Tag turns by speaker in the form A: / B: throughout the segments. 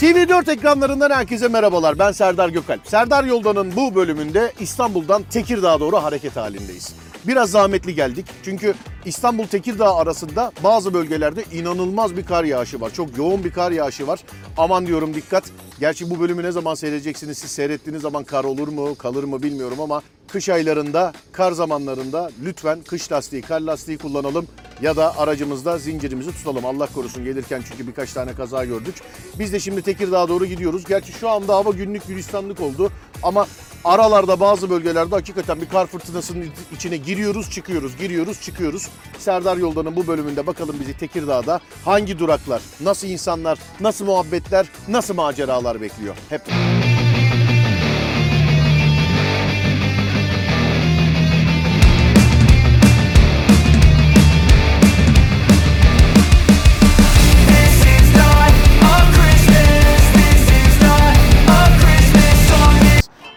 A: TV4 ekranlarından herkese merhabalar. Ben Serdar Gökalp. Serdar Yoldan'ın bu bölümünde İstanbul'dan Tekirdağ'a doğru hareket halindeyiz. Biraz zahmetli geldik. Çünkü İstanbul Tekirdağ arasında bazı bölgelerde inanılmaz bir kar yağışı var. Çok yoğun bir kar yağışı var. Aman diyorum dikkat. Gerçi bu bölümü ne zaman seyredeceksiniz? Siz seyrettiğiniz zaman kar olur mu, kalır mı bilmiyorum ama kış aylarında, kar zamanlarında lütfen kış lastiği, kar lastiği kullanalım ya da aracımızda zincirimizi tutalım. Allah korusun gelirken çünkü birkaç tane kaza gördük. Biz de şimdi Tekirdağ'a doğru gidiyoruz. Gerçi şu anda hava günlük gülistanlık oldu ama aralarda bazı bölgelerde hakikaten bir kar fırtınasının içine giriyoruz, çıkıyoruz, giriyoruz, çıkıyoruz. Serdar Yoldan'ın bu bölümünde bakalım bizi Tekirdağ'da hangi duraklar, nasıl insanlar, nasıl muhabbetler, nasıl maceralar bekliyor. Hep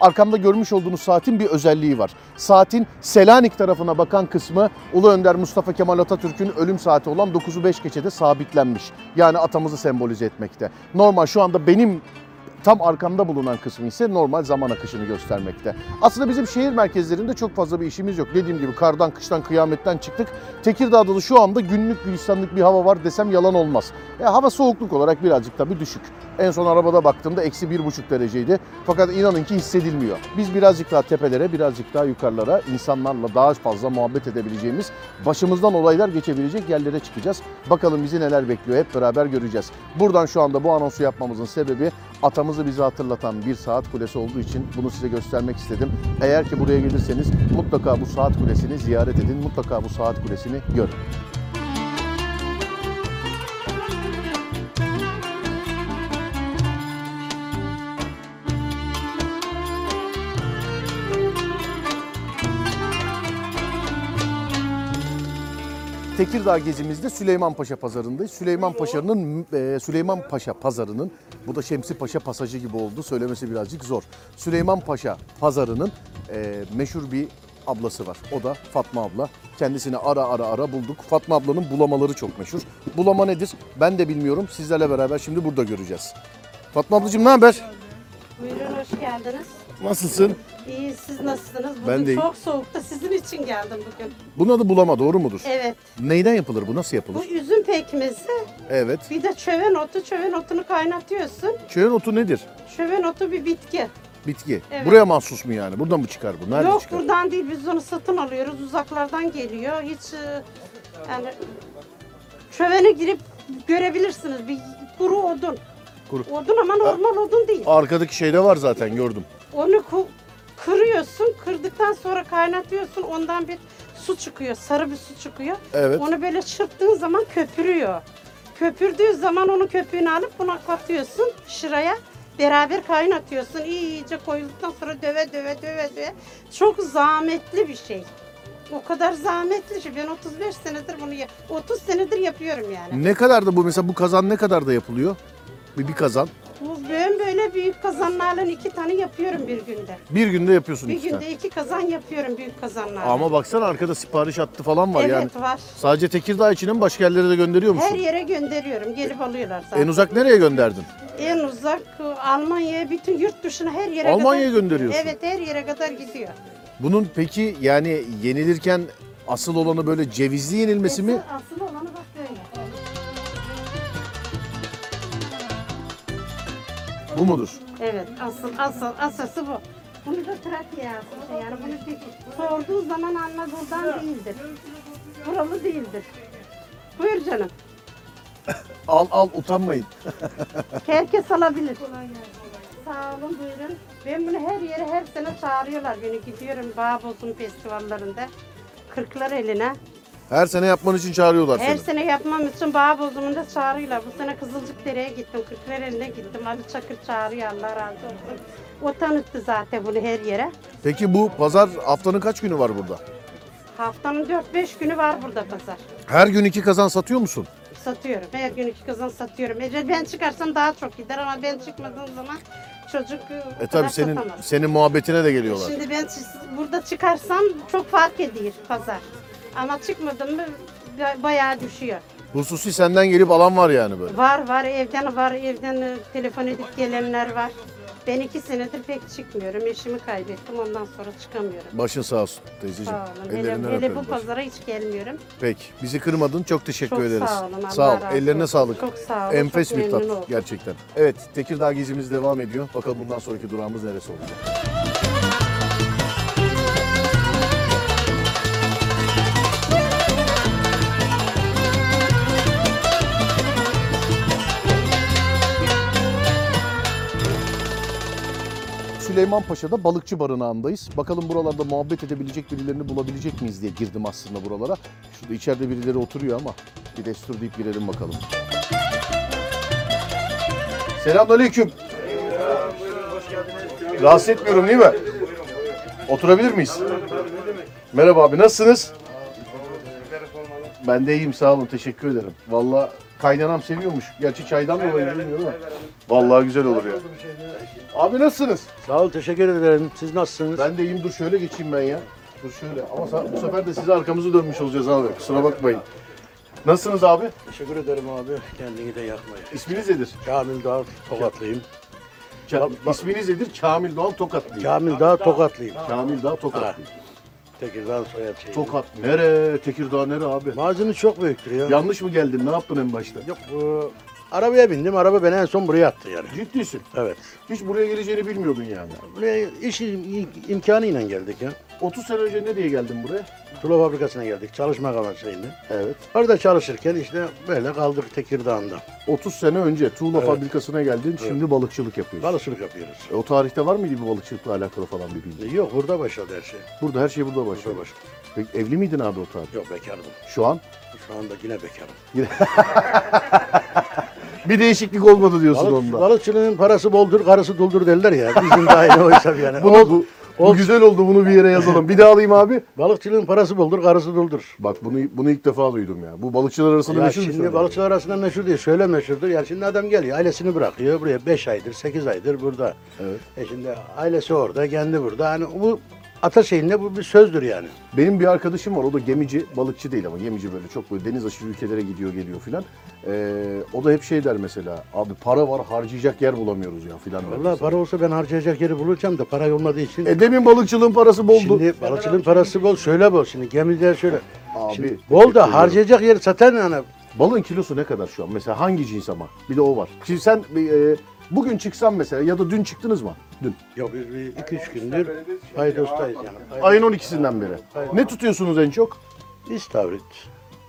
A: Arkamda görmüş olduğunuz saatin bir özelliği var. Saatin Selanik tarafına bakan kısmı Ulu Önder Mustafa Kemal Atatürk'ün ölüm saati olan 9'u 5 geçede sabitlenmiş. Yani atamızı sembolize etmekte. Normal şu anda benim tam arkamda bulunan kısmı ise normal zaman akışını göstermekte. Aslında bizim şehir merkezlerinde çok fazla bir işimiz yok. Dediğim gibi kardan, kıştan, kıyametten çıktık. Tekirdağ'da da şu anda günlük gülistanlık bir hava var desem yalan olmaz. E, hava soğukluk olarak birazcık tabii düşük. En son arabada baktığımda eksi bir buçuk dereceydi. Fakat inanın ki hissedilmiyor. Biz birazcık daha tepelere, birazcık daha yukarılara insanlarla daha fazla muhabbet edebileceğimiz, başımızdan olaylar geçebilecek yerlere çıkacağız. Bakalım bizi neler bekliyor hep beraber göreceğiz. Buradan şu anda bu anonsu yapmamızın sebebi atamızı bize hatırlatan bir saat kulesi olduğu için bunu size göstermek istedim. Eğer ki buraya gelirseniz mutlaka bu saat kulesini ziyaret edin. Mutlaka bu saat kulesini görün. Tekirdağ gezimizde Süleymanpaşa pazarındayız. Süleymanpaşa'nın e, Süleymanpaşa pazarının bu da Şemsi Paşa pasajı gibi oldu. Söylemesi birazcık zor. Süleymanpaşa pazarının e, meşhur bir ablası var. O da Fatma abla. Kendisini ara ara ara bulduk. Fatma ablanın bulamaları çok meşhur. Bulama nedir? Ben de bilmiyorum. Sizlerle beraber şimdi burada göreceğiz. Fatma ablacığım ne haber?
B: Buyurun hoş geldiniz.
A: Nasılsın?
B: İyi siz nasılsınız? Bugün
A: Ben de iyi.
B: çok soğukta sizin için geldim bugün.
A: Bunun adı bulama doğru mudur?
B: Evet.
A: Neyden yapılır bu? Nasıl
B: Bu
A: yapılır?
B: üzüm pekmezi
A: Evet.
B: bir de çöven otu. Çöven otunu kaynatıyorsun.
A: Çöğün otu nedir?
B: Çöven otu bir bitki.
A: Bitki.
B: Evet.
A: Buraya mahsus mu yani? Buradan mı çıkar bu? Nerede
B: Yok
A: çıkar?
B: buradan değil biz onu satın alıyoruz. Uzaklardan geliyor. Hiç e, yani çövene girip görebilirsiniz. Bir kuru odun.
A: Kuru.
B: Odun ama normal odun değil.
A: Arkadaki şeyde var zaten gördüm.
B: Onu ku- kırıyorsun. Kırdıktan sonra kaynatıyorsun. Ondan bir su çıkıyor. Sarı bir su çıkıyor.
A: Evet.
B: Onu böyle çırptığın zaman köpürüyor. Köpürdüğü zaman onun köpüğünü alıp buna katıyorsun şıraya. Beraber kaynatıyorsun. İyice koyulduktan sonra döve döve döve döve. Çok zahmetli bir şey. O kadar zahmetli şey. Ben 35 senedir bunu ya- 30 senedir yapıyorum yani.
A: Ne kadar da bu mesela bu kazan ne kadar da yapılıyor? Bir, bir kazan.
B: Bu ben böyle büyük kazanlarla iki tane yapıyorum bir günde.
A: Bir günde yapıyorsun
B: Bir
A: iki tane.
B: günde iki kazan yapıyorum büyük kazanlarla.
A: Ama baksana arkada sipariş hattı falan var
B: evet
A: yani.
B: var.
A: Sadece Tekirdağ içine mi başka yerlere de gönderiyor musun?
B: Her yere gönderiyorum. Gelip alıyorlar zaten.
A: En uzak nereye gönderdin?
B: En uzak e, Almanya'ya bütün yurt dışına her yere
A: Almanya'ya
B: kadar
A: gönderiyorsun.
B: Evet her yere kadar gidiyor.
A: Bunun peki yani yenilirken asıl olanı böyle cevizli yenilmesi mi?
B: Asıl olanı bak böyle.
A: Bu mudur?
B: Evet asıl asıl asası bu. Bunu da Trakya asısı yani bunu bir- sorduğu zaman anla buradan değildir. Buralı değildir. Buyur canım.
A: Al al utanmayın.
B: Herkes alabilir. Sağ olun buyurun. Ben bunu her yere her sene çağırıyorlar beni. Gidiyorum Bağbozun festivallerinde. Kırklar eline.
A: Her sene yapman için çağırıyorlar
B: Her
A: seni.
B: sene yapmam için bağ bozumunda çağırıyorlar. Bu sene Kızılcıkdere'ye gittim. Kırklareli'ne gittim. Ali Çakır çağırıyor Allah razı olsun. O tanıttı zaten bunu her yere.
A: Peki bu pazar haftanın kaç günü var burada?
B: Haftanın 4-5 günü var burada pazar.
A: Her gün iki kazan satıyor musun?
B: Satıyorum. Her gün iki kazan satıyorum. Eğer ben çıkarsam daha çok gider ama ben çıkmadığım zaman çocuk e, o
A: E
B: kadar
A: tabi senin
B: satamaz.
A: senin muhabbetine de geliyorlar.
B: Şimdi ben çı- burada çıkarsam çok fark ediyor pazar. Ama çıkmadım mı ba- bayağı düşüyor.
A: Hususi senden gelip alan var yani böyle.
B: Var var evden var evden e, telefon edip gelenler var. Ben iki senedir pek çıkmıyorum. Eşimi kaybettim ondan sonra çıkamıyorum.
A: Başın sağ olsun teyzeciğim.
B: Sağ olun.
A: Ellerinden
B: Hele, hele
A: öperim.
B: bu
A: başını.
B: pazara hiç gelmiyorum.
A: Peki. Bizi kırmadın. Çok teşekkür
B: Çok
A: ederiz.
B: sağ olun, Allah
A: Sağ ol.
B: razı
A: Ellerine
B: olsun.
A: sağlık.
B: Çok sağ olun,
A: Enfes
B: çok
A: bir tat
B: memnun oldum.
A: gerçekten. Evet, Tekirdağ gezimiz devam ediyor. Bakalım bundan sonraki durağımız neresi olacak? Süleymanpaşa'da balıkçı barınağındayız. Bakalım buralarda muhabbet edebilecek birilerini bulabilecek miyiz diye girdim aslında buralara. Şurada içeride birileri oturuyor ama bir destur deyip girelim bakalım. Selamünaleyküm. Rahatsız etmiyorum değil mi? Oturabilir miyiz? Merhaba abi nasılsınız? Ben de iyiyim sağ olun teşekkür ederim. Valla kaynanam seviyormuş. Gerçi çaydan dolayı bilmiyorum ama. Vallahi güzel olur ya. Abi nasılsınız?
C: Sağ ol, teşekkür ederim. Siz nasılsınız?
A: Ben de iyiyim dur şöyle geçeyim ben ya. Dur şöyle ama sa- bu sefer de size arkamızı dönmüş olacağız abi kusura bakmayın. Nasılsınız abi?
C: Teşekkür ederim abi. Kendini de yakmayın.
A: İsminiz nedir?
C: Kamil Dağ Tokatlıyım.
A: Ka- isminiz nedir? Kamil Doğan Tokatlı.
C: Kamil Dağ Tokatlıyım.
A: Kamil Dağ Tokatlı.
C: Tekirdağ soyad şeyi.
A: Tokat nere? Tekirdağ nere abi?
C: Mazini çok büyüktür ya.
A: Yanlış mı geldim? Ne yaptın en başta?
C: Yok bu... Arabaya bindim. Araba beni en son buraya attı yani.
A: Ciddisin.
C: Evet.
A: Hiç buraya geleceğini bilmiyordun yani.
C: Buraya iş im- imkanıyla geldik ya.
A: 30 sene önce ne diye geldin buraya?
C: Tula fabrikasına geldik. Çalışmak amaçlıydı.
A: Evet.
C: Orada çalışırken işte böyle kaldık Tekirdağ'ında.
A: 30 sene önce tuğla fabrikasına geldin. Şimdi balıkçılık yapıyorsun.
C: Balıçılık yapıyoruz.
A: E, o tarihte var mıydı bir balıkçılıkla alakalı falan bir bilgi?
C: Yok burada başladı her şey.
A: Burada her şey burada başladı.
C: Burada başladı.
A: Peki, evli miydin abi o tarih?
C: Yok bekarım.
A: Şu an
C: Şu anda yine bekarım.
A: bir değişiklik olmadı diyorsun
C: Balık-
A: onda.
C: balıkçının parası boldur, karısı doldur derler ya. Bizim de aynı o hesap yani.
A: Bunu,
C: Ol-
A: bu, bu
C: ol-
A: güzel oldu bunu bir yere yazalım. Bir daha alayım abi.
C: balıkçının parası boldur, karısı doldur.
A: Bak bunu bunu ilk defa duydum ya. Bu balıkçılar arasında
C: Ya
A: meşhur bir
C: şimdi
A: söylem.
C: balıkçılar arasında meşhur değil, şöyle meşhurdur. Yani şimdi adam geliyor, ailesini bırakıyor buraya 5 aydır, 8 aydır burada.
A: Evet.
C: E şimdi ailesi orada, kendi burada. Hani bu Ataşehir'inde bu bir sözdür yani.
A: Benim bir arkadaşım var. O da gemici, balıkçı değil ama gemici böyle çok böyle deniz aşırı ülkelere gidiyor geliyor filan. Ee, o da hep şey der mesela. Abi para var harcayacak yer bulamıyoruz ya filan. der
C: Vallahi
A: mesela.
C: para olsa ben harcayacak yeri bulacağım da para olmadığı için.
A: E demin balıkçılığın parası boldu.
C: Şimdi balıkçının parası bol, şöyle bol. Şimdi gemide şöyle.
A: Abi,
C: Şimdi
A: teşekkür
C: bol
A: ederim.
C: da harcayacak yeri satan yani
A: Balığın kilosu ne kadar şu an? Mesela hangi cins ama? Bir de o var. Şimdi sen e, bugün çıksan mesela ya da dün çıktınız mı? Dün.
C: Yok biz 2-3 gündür Paydos'tayız yani.
A: Ayın 12'sinden beri. Ne tutuyorsunuz en çok?
C: İstavrit,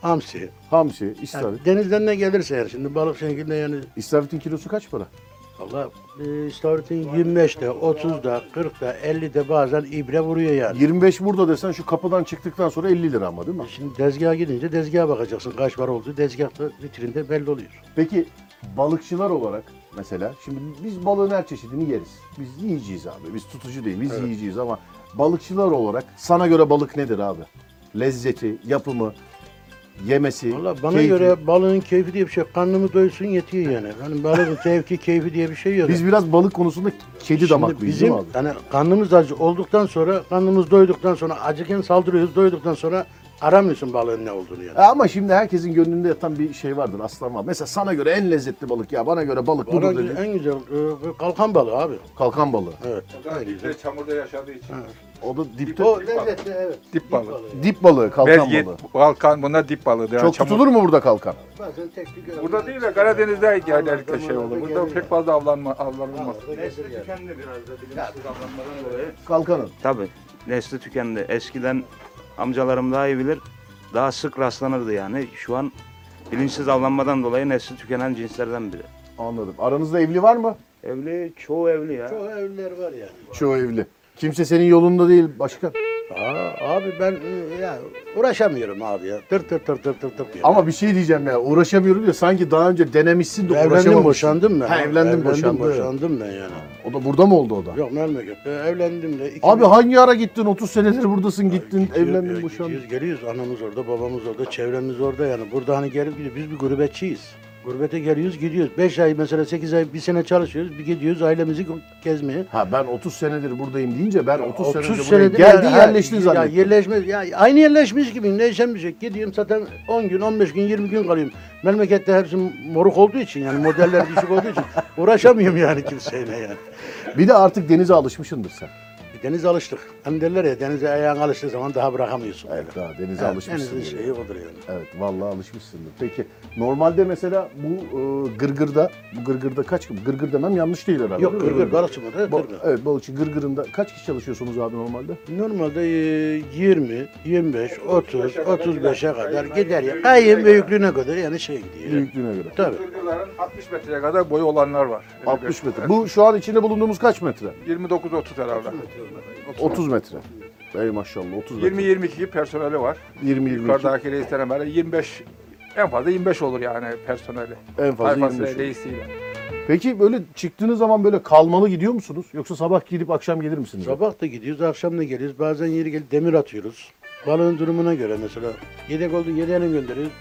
C: hamsi.
A: Hamsi,
C: Yani
A: istavrit.
C: denizden ne gelirse eğer şimdi balık şeklinde yani
A: İstavritin kilosu kaç para?
C: valla e, istavritin 25'te, 30'da, 40'da, 50'de bazen ibre vuruyor yani.
A: 25 burada desen şu kapıdan çıktıktan sonra 50 lira ama değil mi?
C: Şimdi tezgaha gidince tezgaha bakacaksın kaç var oldu. Tezgah da vitrinde belli oluyor.
A: Peki balıkçılar olarak mesela şimdi biz balığın her çeşidini yeriz. Biz yiyeceğiz abi. Biz tutucu değil. Biz yiyeceğiz ama balıkçılar olarak sana göre balık nedir abi? Lezzeti, yapımı, yemesi,
C: Valla bana
A: keyfi.
C: göre balığın keyfi diye bir şey karnımı doysun yetiyor yani. Hani balığın zevki keyfi diye bir şey yok.
A: biz biraz balık konusunda kedi
C: Şimdi
A: damaklıyız
C: bizim
A: değil mi abi?
C: hani karnımız acı olduktan sonra karnımız doyduktan sonra acıken saldırıyoruz doyduktan sonra aramıyorsun balığın ne olduğunu yani.
A: E Ama şimdi herkesin gönlünde yatan bir şey vardır, aslan var. Mesela sana göre en lezzetli balık ya, bana göre balık
C: Bana
A: budur
C: gü-
A: dedi.
C: en güzel e, bu kalkan balığı abi.
A: Kalkan balığı.
C: Evet. En güzel.
D: Bizde çamurda yaşadığı için.
A: O da dipte,
C: O lezzetli evet.
D: Dip balığı.
A: dip balığı, kalkan
D: Bezgit,
A: balığı.
D: Balkan bunlar dip balığı. Yani
A: Çok
D: çamur-
A: tutulur mu burada kalkan?
C: Bazen tek bir görev.
D: Burada değil de Karadeniz'de yani
C: Allah'tan
D: herkes şey olur.
C: Allah'tan
D: Burada
C: geliyor.
D: pek fazla avlanma, avlanılmaz.
C: Lezzetli yani.
A: Kalkanın.
E: Tabii. Nesli tükendi. Eskiden amcalarım daha iyi bilir. Daha sık rastlanırdı yani. Şu an bilinçsiz avlanmadan dolayı nesli tükenen cinslerden biri.
A: Anladım. Aranızda evli var mı?
E: Evli, çoğu evli ya.
C: Çok evliler var yani.
A: Çoğu evli. Kimse senin yolunda değil başkan.
C: Aa, abi ben e, ya uğraşamıyorum abi ya. Tır tır tır tır tır tır diyor.
A: Ama bir şey diyeceğim ya uğraşamıyorum ya sanki daha önce denemişsin de
C: evlendim
A: uğraşamamışsın.
C: boşandım ben.
A: Ha, evlendim, boşandım.
C: boşandım ben yani.
A: O da burada mı oldu o da?
C: Yok memlekette evlendim de. iki
A: Abi
C: bin-
A: hangi ara gittin? 30 senedir buradasın gittin,
C: Gidiyor-
A: evlendin,
C: e,
A: boşandın.
C: Gidiyoruz, geliyoruz. Anamız orada, babamız orada, çevremiz orada yani. Burada hani gelip gidiyor. Biz bir gurbetçiyiz. Gurbete geliyoruz, gidiyoruz. 5 ay mesela 8 ay, bir sene çalışıyoruz. Bir gidiyoruz ailemizi gezmeye.
A: Ha ben 30 senedir buradayım deyince ben 30,
C: 30
A: senedir,
C: senedir
A: buraya geldin
C: yani-
A: yerleştin
C: ya,
A: zannettim.
C: yerleşme, ya aynı yerleşmiş gibi neşem bir şey. Gidiyorum zaten 10 gün, 15 gün, 20 gün kalıyorum. Memlekette hepsi moruk olduğu için yani modeller düşük olduğu için uğraşamıyorum yani kimseyle yani.
A: Bir de artık denize alışmışsındır sen.
C: Denize alıştık. Hem derler ya denize ayağın alıştığı zaman daha bırakamıyorsun.
A: Evet daha denize alışmışsın.
C: Denizin
A: yani.
C: şeyi odur yani.
A: Evet vallahi alışmışsındır. Peki normalde mesela bu e, gırgırda, bu gırgırda kaç Gırgır demem yanlış değil herhalde.
C: Yok
A: değil mi?
C: kırgır balıkçı mı?
A: Bo-
C: Kırgır.
A: evet balıkçı gırgırında kaç kişi çalışıyorsunuz abi normalde?
C: Normalde e, 20, 25, 30, 35'e kadar gider ya. Kayın büyüklüğüne kadar yani şey gidiyor.
A: Büyüklüğüne göre.
C: Tabii.
D: Çocukların 60 metreye kadar boyu olanlar var.
A: 60 metre. Bu şu an içinde bulunduğumuz kaç metre?
D: 29-30 herhalde.
A: 30 metre. Ey maşallah 30 metre.
D: 20-22 personeli var.
A: 20 22.
D: Yukarıdaki reisten beri 25 en fazla 25 olur yani personeli.
A: En fazla 25
D: Tayfası
A: olur.
D: reisiyle.
A: Peki böyle çıktığınız zaman böyle kalmalı gidiyor musunuz? Yoksa sabah gidip akşam gelir misiniz?
C: Sabah da gidiyoruz, akşam da geliyoruz. Bazen yeri gelip demir atıyoruz. Balığın durumuna göre mesela yedek oldu yedeğine gönderiyoruz.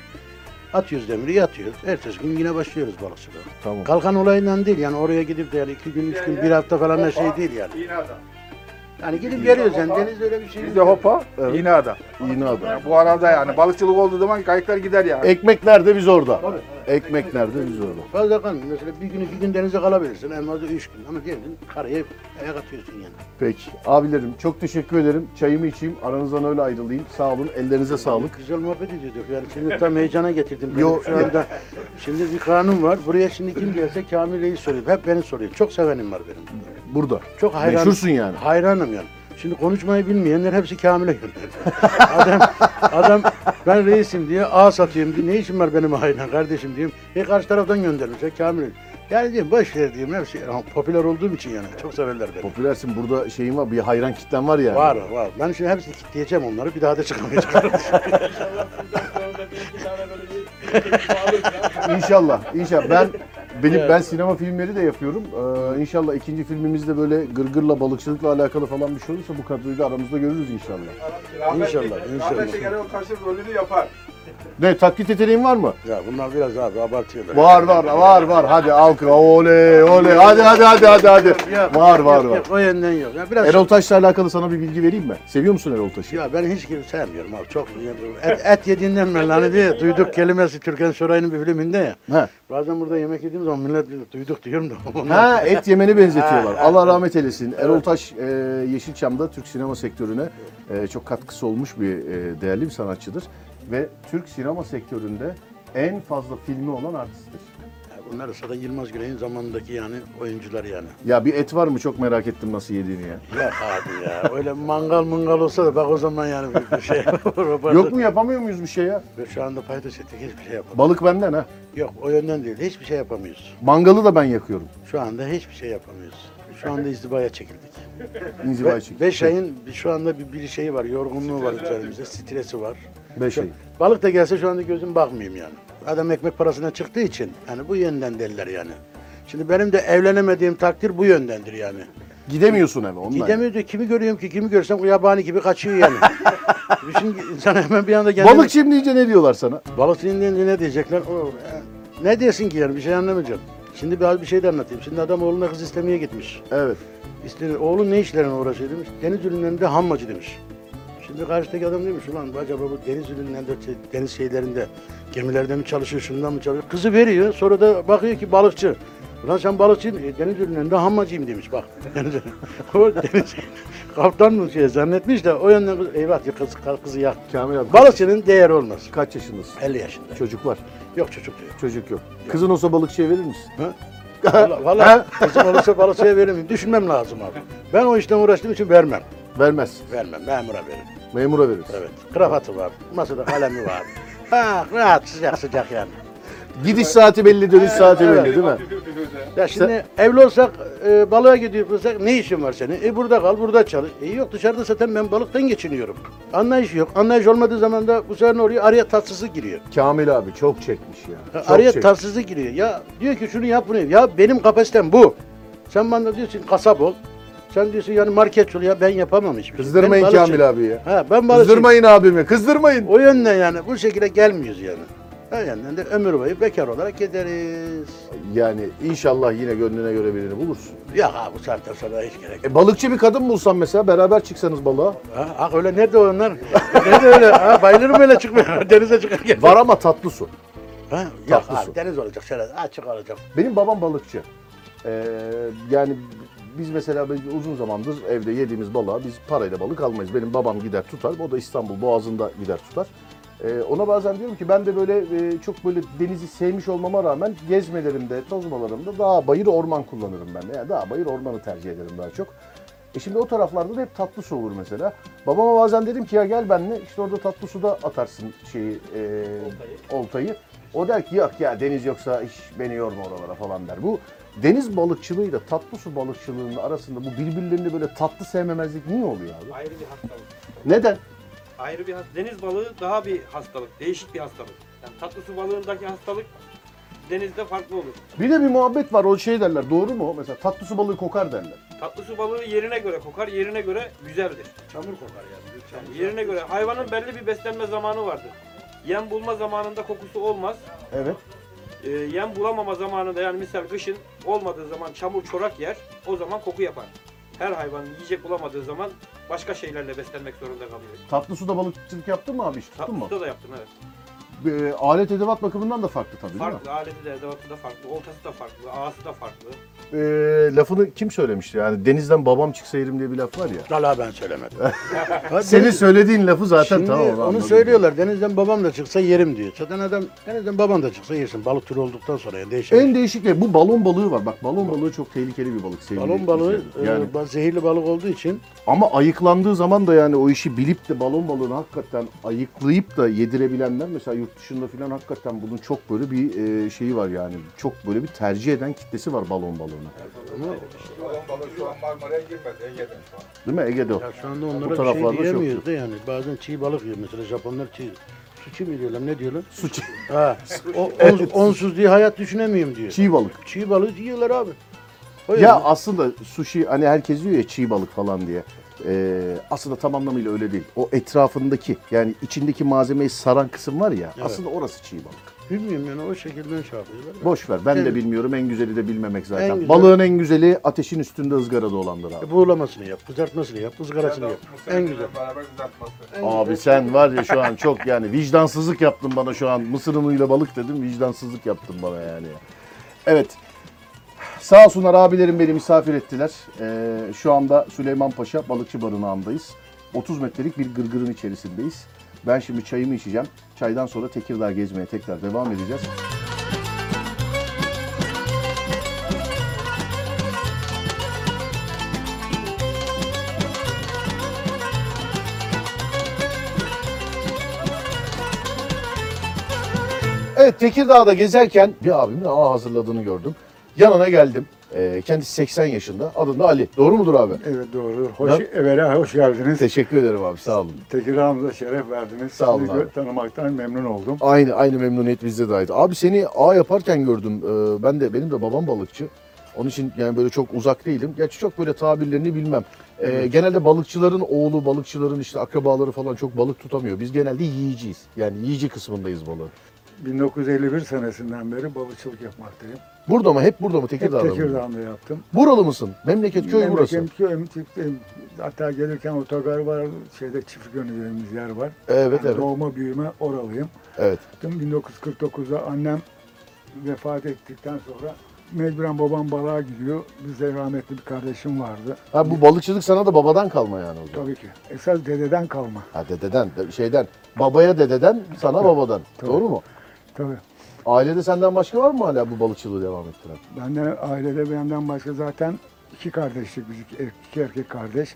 C: Atıyoruz demiri, yatıyoruz. Ertesi gün yine başlıyoruz balıkçılığa.
A: Tamam.
C: Kalkan olayından değil yani oraya gidip de yani iki gün, üç gün, bir hafta falan her şey değil yani.
D: İğne adam.
C: Yani gidip geliyoruz yani denizde öyle bir şey
D: Bizde hopa,
A: Evet.
D: iğne adam.
A: İğne adam.
D: Yani bu arada yani balıkçılık olduğu zaman kayıklar gider yani.
A: Ekmek nerede biz orada. Ekmek nerede biz orada.
C: Fazla kalmıyor. Mesela bir gün iki gün denize kalabilirsin. En fazla üç gün. Ama diyelim ki karaya ayak atıyorsun yani.
A: Peki. Abilerim çok teşekkür ederim. Çayımı içeyim. Aranızdan öyle ayrılayım. Sağ olun. Ellerinize sağlık.
C: Güzel muhabbet ediyorduk. Yani şimdi tam heyecana getirdim. şey beni
A: Yo,
C: şu anda. Şimdi bir kanun var. Buraya şimdi kim gelse Kamile'yi soruyor. Hep beni soruyor. Çok sevenim var benim.
A: Burada.
C: Çok hayranım.
A: Meşhursun yani.
C: Hayranım yani. Şimdi konuşmayı bilmeyenler hepsi Kamil'e gönderdi. adam, adam ben reisim diye A satıyorum diye ne işim var benim hayran kardeşim diyeyim. E karşı taraftan göndermişler Kamil'e. Yani diyeyim boş ver diyeyim hepsi ama popüler olduğum için yani çok severler beni.
A: Popülersin. Burada şeyin var. Bir hayran kitlen var yani.
C: Var var. Ben şimdi hepsini kilitleyeceğim onları. Bir daha da çıkamayacaklar.
A: İnşallah. İnşallah. Ben benim ben sinema filmleri de yapıyorum. Ee, inşallah ikinci filmimizde böyle gırgırla balıkçılıkla alakalı falan bir şey olursa bu kadroyu da aramızda görürüz inşallah.
C: İnşallah, inşallah.
D: Rahmetli Genel Karşı rolünü yapar.
A: Ne taklit yeteneğin var mı?
C: ya bunlar biraz abi abartıyorlar.
A: Var var var var. Hadi alkış. Oley oley. Hadi hadi hadi hadi hadi.
C: Yok,
A: Var var
C: yok,
A: var.
C: Yok, o yönden yok. Ya biraz
A: Erol Taş'la alakalı sana bir bilgi vereyim mi? Seviyor musun Erol Taş'ı?
C: Ya ben hiç gibi sevmiyorum abi. Çok et, et yediğinden ben lanet diye duyduk kelimesi Türkan Şoray'ın bir filminde ya.
A: Ha.
C: Bazen burada yemek yediğim zaman millet diyor, duyduk diyorum da. onlar-
A: Ha et yemeni benzetiyorlar. Allah rahmet eylesin. Erol Taş e, Yeşilçam'da Türk sinema sektörüne e, çok katkısı olmuş bir e, değerli bir sanatçıdır ve Türk sinema sektöründe en fazla filmi olan artisttir.
C: Bunlar zaten Yılmaz Güney'in zamanındaki yani oyuncular yani.
A: Ya bir et var mı çok merak ettim nasıl yediğini ya.
C: Ya abi ya öyle mangal mangal olsa da bak o zaman yani bir- bir şey
A: Yok mu yapamıyor muyuz bir şey ya?
C: Ve Şu anda paydos ettik hiçbir şey yapamıyoruz.
A: Balık benden ha.
C: Yok o yönden değil hiçbir şey yapamıyoruz.
A: Mangalı da ben yakıyorum.
C: Şu anda hiçbir şey yapamıyoruz. Şu anda izdibaya çekildik.
A: İnzivaya
C: Ve,
A: çekti.
C: ve şeyin bir- şu anda bir, bir şeyi var, yorgunluğu var üzerimizde, stresi var.
A: Beş şey. ay.
C: Balık da gelse şu anda gözüm bakmayayım yani. Adam ekmek parasına çıktığı için yani bu yönden derler yani. Şimdi benim de evlenemediğim takdir bu yöndendir yani.
A: Gidemiyorsun eve ondan.
C: Gidemiyor diyor, kimi görüyorum ki kimi görsem o yabani gibi kaçıyor yani. Şimdi insan hemen bir anda kendini...
A: Balık deyince ne diyorlar sana?
C: Balık dinleyince ne diyecekler? O, e, ne desin ki yani bir şey anlamayacağım. Şimdi biraz bir şey de anlatayım. Şimdi adam oğluna kız istemeye gitmiş.
A: Evet.
C: İstedi, oğlun ne işlerine uğraşıyor demiş. Deniz ürünlerinde hammacı demiş. Şimdi karşıdaki adam demiş ulan bu acaba bu deniz ürünlerinde, şey- deniz şeylerinde, gemilerde mi çalışıyor, şundan mı çalışıyor? Kızı veriyor, sonra da bakıyor ki balıkçı. Ulan sen balıkçısın, e, deniz ürünlerinde hammacıyım demiş bak. Deniz- o deniz, kaptan mı şey zannetmiş de o yönden kız, eyvah diyor, kız, kızı yaktı.
A: Kamil abi
C: Balıkçının değeri olmaz.
A: kaç yaşındasın?
C: 50 yaşında.
A: Çocuk var.
C: Yok çocuk diyor.
A: Çocuk yok. Kızın olsa balıkçıya verir misin?
C: Valla, valla kızım olursa balıkçıya veremeyim. Düşünmem lazım abi. Ben o işten uğraştığım için vermem.
A: Vermez.
C: Vermem, memura veririm.
A: Memura verir.
C: Evet. Kravatı var. Masada kalemi var. Ha, rahat sıcak sıcak yani.
A: Gidiş saati belli, dönüş saati belli değil mi?
C: Ya şimdi evli olsak, e, balığa gidiyor olsak ne işin var senin? E burada kal, burada çalış. E yok dışarıda zaten ben balıktan geçiniyorum. Anlayış yok. Anlayış olmadığı zaman da bu sefer ne oluyor? Araya tatsızlık giriyor.
A: Kamil abi çok çekmiş ya. Çok şey-
C: Araya
A: çekmiş.
C: tatsızlık giriyor. Ya diyor ki şunu yap bunu yap. Ya benim kapasitem bu. Sen bana diyorsun kasap ol. Sen diyorsun yani marketçi ol ya ben yapamam hiçbir şey.
A: Kızdırmayın
C: Ben balıkçıyım.
A: Kamil abi ya.
C: Ha ben balıkçıyım.
A: Kızdırmayın abimi, kızdırmayın.
C: O yönden yani bu şekilde gelmiyoruz yani. O yönden de ömür boyu bekar olarak gideriz.
A: Yani inşallah yine gönlüne göre birini bulursun.
C: Ya ha bu saatten sonra hiç gerek yok.
A: E, balıkçı bir kadın bulsan mesela beraber çıksanız balığa.
C: Ha, ha, öyle nerede onlar? nerede öyle? Ha, bayılırım öyle çıkmıyor. Denize çıkar gel.
A: Var ama tatlı su.
C: Ha, yok
A: Tatlı su.
C: abi, deniz olacak şöyle açık olacak.
A: Benim babam balıkçı. Ee, yani biz mesela biz uzun zamandır evde yediğimiz balığa biz parayla balık almayız. Benim babam gider tutar. O da İstanbul Boğazı'nda gider tutar. Ee, ona bazen diyorum ki ben de böyle e, çok böyle denizi sevmiş olmama rağmen gezmelerimde, tozmalarımda daha bayır orman kullanırım ben. de. Yani daha bayır ormanı tercih ederim daha çok. E şimdi o taraflarda da hep tatlı su olur mesela. Babama bazen dedim ki ya gel benimle işte orada tatlı suda atarsın şeyi e, oltayı. O der ki yok ya deniz yoksa iş beni yorma oralara falan der. Bu deniz balıkçılığıyla tatlı su balıkçılığının arasında bu birbirlerini böyle tatlı sevmemezlik niye oluyor abi?
F: Ayrı bir hastalık.
A: Neden?
F: Ayrı bir hastalık. Deniz balığı daha bir hastalık. Değişik bir hastalık. Yani tatlı su balığındaki hastalık denizde farklı olur.
A: Bir de bir muhabbet var o şey derler doğru mu? Mesela tatlı su balığı kokar derler.
F: Tatlı su balığı yerine göre kokar, yerine göre güzeldir.
C: Çamur kokar yani.
F: Yani yerine göre hayvanın belli bir beslenme zamanı vardır. Yem bulma zamanında kokusu olmaz.
A: Evet.
F: Ee, yem bulamama zamanında yani misal kışın olmadığı zaman çamur çorak yer o zaman koku yapar. Her hayvan yiyecek bulamadığı zaman başka şeylerle beslenmek zorunda kalıyor.
A: Tatlı suda balıkçılık yaptın mı abi hiç tuttun mu?
F: Tatlıda da yaptın evet.
A: E, alet edevat bakımından da farklı tabii değil mi?
F: Farklı aleti de edevatı da farklı, oltası da farklı, ağası da farklı.
A: E, lafını kim söylemişti? Yani denizden babam çıksa yerim diye bir laf var ya.
C: Valla ben söylemedim. Ha,
A: Senin
C: deniz-
A: söylediğin lafı zaten
C: Şimdi
A: tamam.
C: onu
A: anladım.
C: söylüyorlar. Denizden babam da çıksa yerim diyor. Zaten adam denizden baban da çıksa yersin. Balık türü olduktan sonra yani şey. değişir.
A: En değişik ne? Bu balon balığı var. Bak balon balığı çok tehlikeli bir balık. sevgili
C: balon balığı
A: izleyiciler. şey. yani.
C: e, zehirli balık olduğu için
A: Ama ayıklandığı zaman da yani o işi bilip de balon balığını hakikaten ayıklayıp da yedirebilenler mesela yurt dışında falan hakikaten bunun çok böyle bir e, şeyi var yani. Çok böyle bir tercih eden kitlesi var balon balığına.
D: Balon balığı şu an Marmara'ya girmedi Ege'den şu an.
A: Değil mi Ege'de o?
C: ya şu anda onlara bir
A: taraflarda
C: şey
A: çok
C: diyemiyoruz da yani. Bazen çiğ balık yiyor mesela Japonlar çiğ. Suçu mu diyorlar ne diyorlar?
A: Suçi,
C: Ha. O, on- onsuz diye hayat düşünemiyorum diyor.
A: çiğ balık.
C: Çiğ balığı yiyorlar abi. O
A: Ya
C: yüzden-
A: aslında sushi hani herkes diyor ya çiğ balık falan diye. Ee, aslında tam anlamıyla öyle değil. O etrafındaki yani içindeki malzemeyi saran kısım var ya
C: Evet.
A: aslında orası çiğ balık.
C: bilmiyorum yani o şekilde şey yapıyorlar.
A: Boş ver ben de
C: Evet.
A: bilmiyorum en güzeli de bilmemek zaten.
C: En güzel-
A: Balığın en güzeli ateşin üstünde ızgarada olandır abi.
C: E, Buğulamasını yap, kızartmasını yap, ızgarasını yap. En güzel.
D: Beraber kızartması.
A: Abi sen var ya şu an çok yani vicdansızlık yaptın bana şu an. Mısır unuyla balık dedim vicdansızlık yaptın bana yani. Evet. Sağ olsunlar abilerim beni misafir ettiler. Ee, şu anda Süleyman Paşa Balıkçı Barınağı'ndayız. 30 metrelik bir gırgırın içerisindeyiz. Ben şimdi çayımı içeceğim. Çaydan sonra Tekirdağ gezmeye tekrar devam edeceğiz. Evet Tekirdağ'da gezerken bir abimin ağ hazırladığını gördüm. Yanına geldim. Ee, kendisi 80 yaşında. Adı da Ali. Doğru mudur abi?
G: Evet doğru. Hoş,
A: Ben-
G: evvela hoş geldiniz.
A: Teşekkür ederim abi sağ olun.
G: Tekirdağ'ımıza şeref verdiniz.
A: Sağ olun
G: Sizi
A: abi.
G: gö- tanımaktan memnun oldum.
A: Aynı aynı memnuniyet bizde de ait. Abi seni ağ yaparken gördüm. Ee, ben de benim de babam balıkçı. Onun için yani böyle çok uzak değilim. Gerçi çok böyle tabirlerini bilmem. Ee, Genelde balıkçıların oğlu, balıkçıların işte akrabaları falan çok balık tutamıyor. Biz genelde yiyeceğiz. Yani yiyici kısmındayız balığın.
G: 1951 senesinden beri balıkçılık yapmaktayım.
A: Burada mı? Hep burada mı?
G: Hep
A: Tekirdağ'da mı?
G: Tekirdağ'da yaptım.
A: Buralı mısın? Memleket köy burası.
G: Memleketim Köyüm, Tipliyim. Hatta gelirken otogar var, şeyde çiftlik önü dediğimiz yer var.
A: Evet
G: Yani
A: evet.
G: Doğma büyüme oralıyım.
A: Evet.
G: Tüm 1949'da annem vefat ettikten sonra mecburen babam balığa gidiyor. Bizde rahmetli bir kardeşim vardı.
A: Ha bu balıkçılık sana da babadan kalma yani o zaman.
G: Tabii ki. Esas dededen kalma.
A: Ha dededen, de- şeyden. Babaya dededen, sana babadan.
G: Tabii.
A: Doğru mu?
G: Tabii.
A: Ailede senden başka var mı hala bu balıkçılığı devam ettiren?
G: Ben de ailede benden başka zaten iki kardeşlik biz
H: er-,
G: iki, iki erkek kardeş.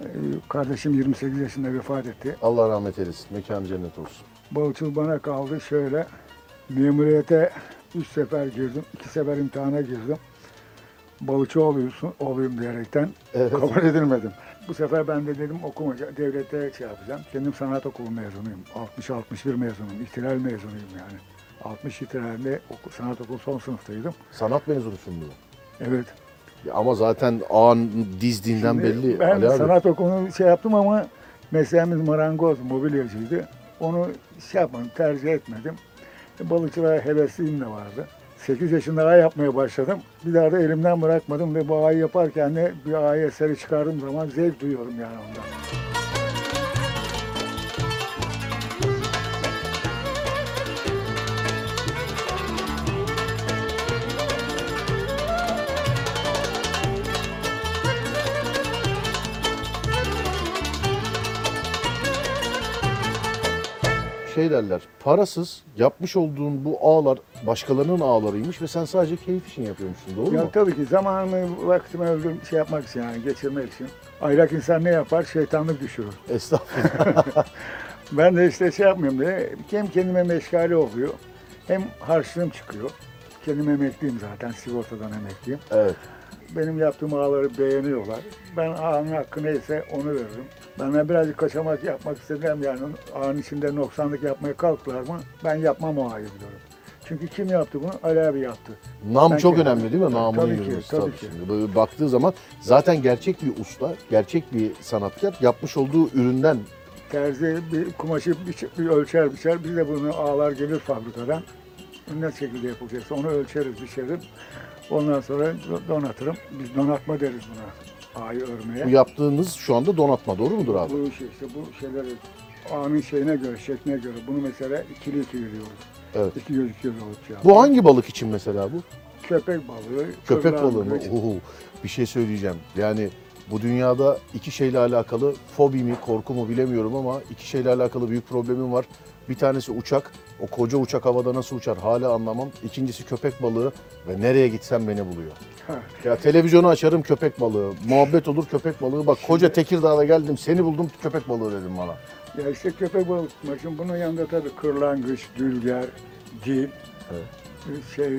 G: Ee, Kardeşim 28 yaşında vefat etti.
A: Allah rahmet eylesin. Mekanı cennet olsun.
G: Balıkçıl bana kaldı şöyle.
H: Memuriyete 3 sefer girdim. 2 sefer imtihana girdim. Balıkçı oluyorsun, olayım diyerekten
A: Evet.
H: kabul edilmedim. Bu sefer ben de dedim okumayacağım, devlete şey yapacağım. Kendim sanat okulu mezunuyum. 60-61 mezunum, ihtilal mezunuyum yani. 60 ihtilalinde oku- sanat okulu son sınıftaydım.
A: Sanat mezunusun diyor.
H: Evet.
A: Ya Ama zaten ağın dizdiğinden
H: Şimdi
A: belli.
H: Ben
A: Ali abi.
H: sanat okulunu şey yaptım ama mesleğimiz marangoz, mobilyacıydı. Onu şey yapmadım, tercih etmedim. E, Balıkçılığa hevesliyim de vardı. 8 yaşında ağ yapmaya başladım. Bir daha da elimden bırakmadım ve bu ağayı yaparken de bir ağayı eseri çıkardığım zaman zevk duyuyorum yani ondan.
A: Şey derler, parasız yapmış olduğun bu ağlar başkalarının ağlarıymış ve sen sadece keyif için yapıyormuşsun doğru
H: Ya
A: mu?
H: tabii ki zamanımı, vaktimi öldürüm, şey yapmak için yani geçirmek için. Aylak insan ne yapar? Şeytanlık düşürür.
A: Estağfurullah.
H: Ben de işte şey yapmıyorum diye hem kendime meşgale oluyor hem harçlığım çıkıyor. Kendim emekliyim zaten sigortadan emekliyim.
A: Evet.
H: Benim yaptığım ağları beğeniyorlar. Ben ağanın hakkı neyse onu veririm. Benden birazcık kaçamak yapmak istediğim yani ağanın içinde noksanlık yapmaya kalktılar mı ben yapmam o ağayı biliyorum. Çünkü kim yaptı bunu? Ali abi yaptı.
A: Nam
H: Ben
A: çok
H: kendim-
A: önemli değil mi? Namını
H: Tabii ki,
A: yürümesi
H: tabii
A: tabii
H: ki.
A: şimdi. Böyle baktığı zaman zaten gerçek bir usta, gerçek bir sanatkar yapmış olduğu üründen
H: Terzi bir kumaşı bir, bir ölçer biçer. Biz de bunu ağlar gelir fabrikadan. Ne şekilde yapılacaksa onu ölçeriz biçeriz. Ondan sonra donatırım. Biz donatma deriz buna. Ağayı örmeye.
A: bu yaptığınız şu anda donatma doğru mudur abi?
H: Bu işi işte bu şeyleri ağanın şeyine göre, şekline göre. Bunu mesela ikili iki yürüyoruz.
A: Evet.
H: İki yüz iki yüz olup
A: Bu hangi balık için mesela bu?
H: Köpek balığı.
A: Köpek
H: kırlangıç.
A: balığı mı? Oho, bir şey söyleyeceğim. Yani bu dünyada iki şeyle alakalı fobi mi korku mu bilemiyorum ama iki şeyle alakalı büyük problemim var. Bir tanesi uçak. O koca uçak havada nasıl uçar hala anlamam. İkincisi köpek balığı ve nereye gitsem beni buluyor.
H: Ha.
A: Ya televizyonu açarım köpek balığı. Muhabbet olur köpek balığı. Bak koca Tekirdağ'da geldim seni buldum köpek balığı dedim bana.
H: Ya işte köpek balığı tutmak için bunun yanında tabii kırlangıç, dülger, dil. Şey,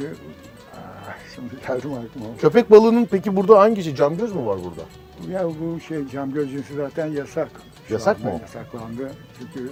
H: ah, şimdi geldim aklıma.
A: Köpek balığının peki burada hangisi? Camgöz mü var burada?
H: Ya bu şey cam göz cinsi zaten yasak. Şu
A: Yasak
H: anda
A: mı o?
H: Yasaklandı. Çünkü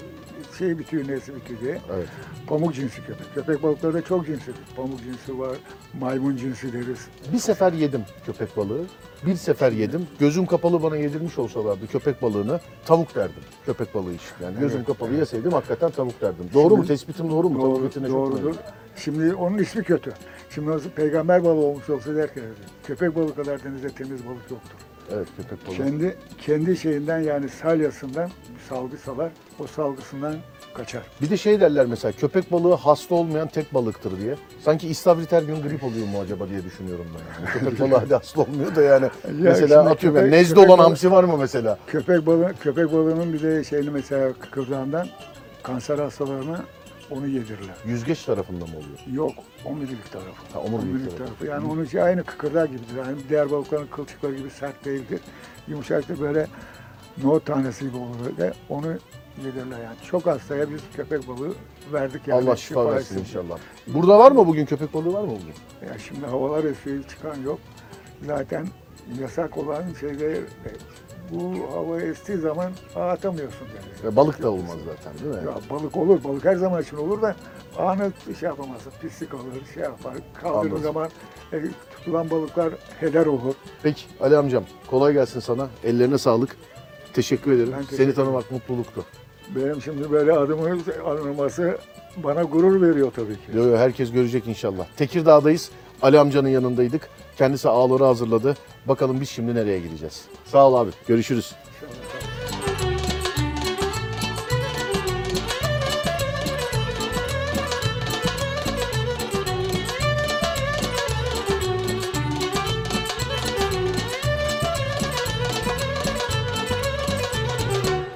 H: şey bitiyor nesi bitiyor diye.
A: Evet.
H: Pamuk cinsi köpek. Köpek balıkları da çok cinsidir. Pamuk cinsi var, maymun cinsi deriz.
A: Bir sefer yedim köpek balığı. Bir sefer yedim. Gözüm kapalı bana yedirmiş olsalardı köpek balığını tavuk derdim. Köpek balığı işte. Yani gözüm
H: Evet,
A: kapalı yeseydim hakikaten tavuk derdim. Doğru mu? Tespitim doğru mu?
H: Doğru,
A: Tespitine çok
H: doğrudur.
A: memnunum.
H: Şimdi onun ismi kötü. Şimdi nasıl peygamber balığı olmuş olsa derken köpek balığı kadar denizde temiz balık yoktur.
A: Evet köpek balığı.
H: Kendi kendi şeyinden yani salyasından salgı salar. O salgısından kaçar.
A: Bir de şey derler mesela köpek balığı hasta olmayan tek balıktır diye. Sanki istavrit her gün grip oluyor mu acaba diye düşünüyorum ben. Yani. Köpek balığı hadi hasta olmuyor da yani. mesela
H: şimdi
A: atıyorum
H: köpek-
A: ya, nezle
H: köpek
A: olan
H: balığı-
A: hamsi var mı mesela?
H: Köpek balığı, köpek balığının bir de şeyini mesela kıkırdağından kanser hastalarına onu yedirirler.
A: Yüzgeç tarafında mı oluyor?
H: Yok, omurilik tarafı.
A: Ha, omurilik tarafı.
H: Yani onun şey aynı kıkırdağı gibidir. Yani diğer balıkların kılçıkları gibi sert değildir. Yumuşaktır böyle nohut tanesi gibi olur böyle. Onu yedirler yani. Çok hastaya biz köpek balığı verdik yani.
A: Allah şifa versin
H: etsin.
A: inşallah. Burada var mı bugün köpek balığı var mı bugün?
H: Ya şimdi havalar esiyor, çıkan yok. Zaten yasak olan şeyde bu hava estiği zaman ağ atamıyorsun denize.
A: Ya E, Balık da olmaz zaten değil mi?
H: Ya balık olur, balık her zaman için olur da anı şey yapamazsın, pislik olur, şey yapar. Kaldırdığı
A: Anladım.
H: zaman e, tutulan balıklar heder olur.
A: Peki Ali amcam kolay gelsin sana. Ellerine sağlık. Teşekkür ederim.
H: Ben teşekkür
A: Seni
H: ederim.
A: tanımak mutluluktu.
H: Benim şimdi böyle adımı anılması bana gurur veriyor tabii ki.
A: Yo, yo, herkes görecek inşallah. Tekirdağ'dayız. Ali amcanın yanındaydık. Kendisi ağları hazırladı. Bakalım biz şimdi nereye gideceğiz. Sağ ol abi. Görüşürüz.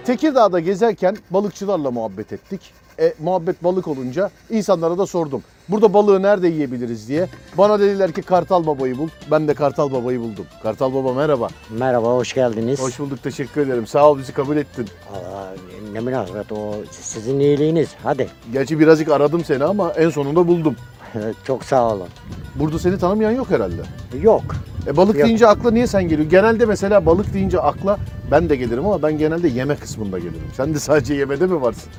A: Tekirdağ'da gezerken balıkçılarla muhabbet ettik. E, muhabbet balık olunca insanlara da sordum. Burada balığı nerede yiyebiliriz diye. Bana dediler ki Kartal Baba'yı bul. Ben de Kartal Baba'yı buldum. Kartal Baba merhaba.
H: Merhaba, hoş geldiniz.
A: Hoş bulduk teşekkür ederim. Sağ ol bizi kabul ettin.
H: Allah, ne münasebet o sizin iyiliğiniz. Hadi,
A: Gerçi birazcık aradım seni ama en sonunda buldum.
H: çok sağ olun.
A: Burada seni tanımayan yok herhalde.
H: Yok,
A: E balık
H: Yok.
A: deyince akla niye sen geliyor? Genelde mesela balık deyince akla ben de gelirim ama ben genelde yeme kısmında gelirim. Sen de sadece yemede mi varsın?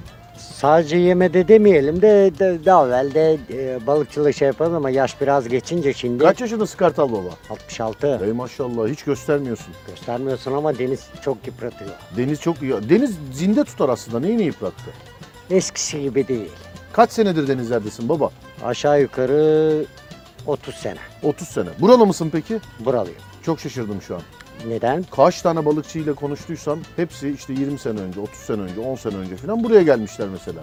H: sadece yemede demeyelim de, de daha evvel de e, balıkçılık şey yapalım ama yaş biraz geçince şimdi
A: Kaç yaşındasın Kartal Baba?
H: 66
A: Ey maşallah hiç göstermiyorsun.
H: göstermiyorsun ama deniz çok yıpratıyor.
A: Deniz çok iyi. Deniz zinde tutar aslında. Neyini yıprattı?
H: Eskisi gibi değil.
A: Kaç senedir denizlerdesin baba?
H: Aşağı yukarı 30 sene
A: 30 sene. Buralı mısın peki?
H: buralıyım.
A: Çok şaşırdım şu an.
H: Neden?
A: Kaç tane balıkçıyla konuştuysam hepsi işte 20 sene önce, 30 sene önce, 10 sene önce falan buraya gelmişler mesela.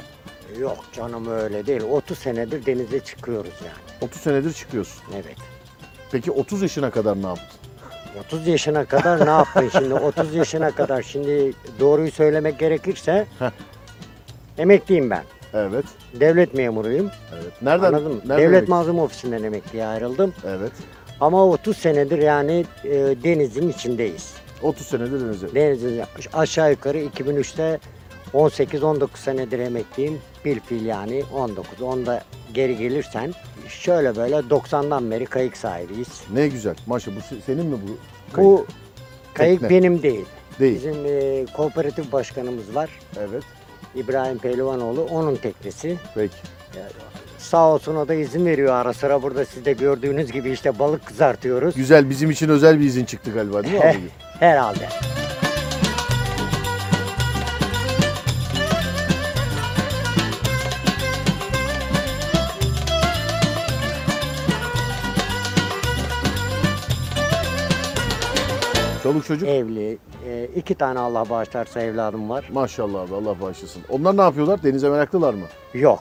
H: Yok canım öyle değil. 30 senedir denize çıkıyoruz yani.
A: 30 senedir çıkıyorsun.
H: Evet.
A: Peki 30 yaşına kadar ne yaptın?
H: 30 yaşına kadar ne yaptın şimdi? 30 yaşına kadar şimdi doğruyu söylemek gerekirse
A: Heh.
H: emekliyim ben.
A: Evet.
H: Devlet memuruyum.
A: Evet. Nereden?
H: Anladın mı?
A: nereden
H: Devlet
A: emekli-
H: Mazlum Ofisi'nden emekliye ayrıldım.
A: Evet.
H: Ama 30 senedir yani e, denizin içindeyiz.
A: 30 senedir denize.
H: Denizin aşağı yukarı 2003'te 18-19 senedir emekliyim. Bir fil yani 19. Onda geri gelirsen şöyle böyle 90'dan beri kayık sahibiyiz.
A: Ne güzel. Maşallah bu se- senin mi bu?
H: Bu kayık
A: Tekne.
H: benim değil.
A: Değil.
H: Bizim e, kooperatif başkanımız var.
A: Evet.
H: İbrahim Pehlivanoğlu onun teknesi.
A: Peki.
H: Sağ olsun o da izin veriyor ara sıra burada siz de gördüğünüz gibi işte balık kızartıyoruz.
A: Güzel. Bizim için özel bir izin çıktı galiba değil mi
H: Eh.
A: abi?
H: Herhalde.
A: Çoluk çocuk.
H: Evli. e, iki tane Allah bağışlarsa evladım var.
A: Maşallah abi Allah bağışlasın. Onlar ne yapıyorlar? Denize meraklılar mı?
H: Yok.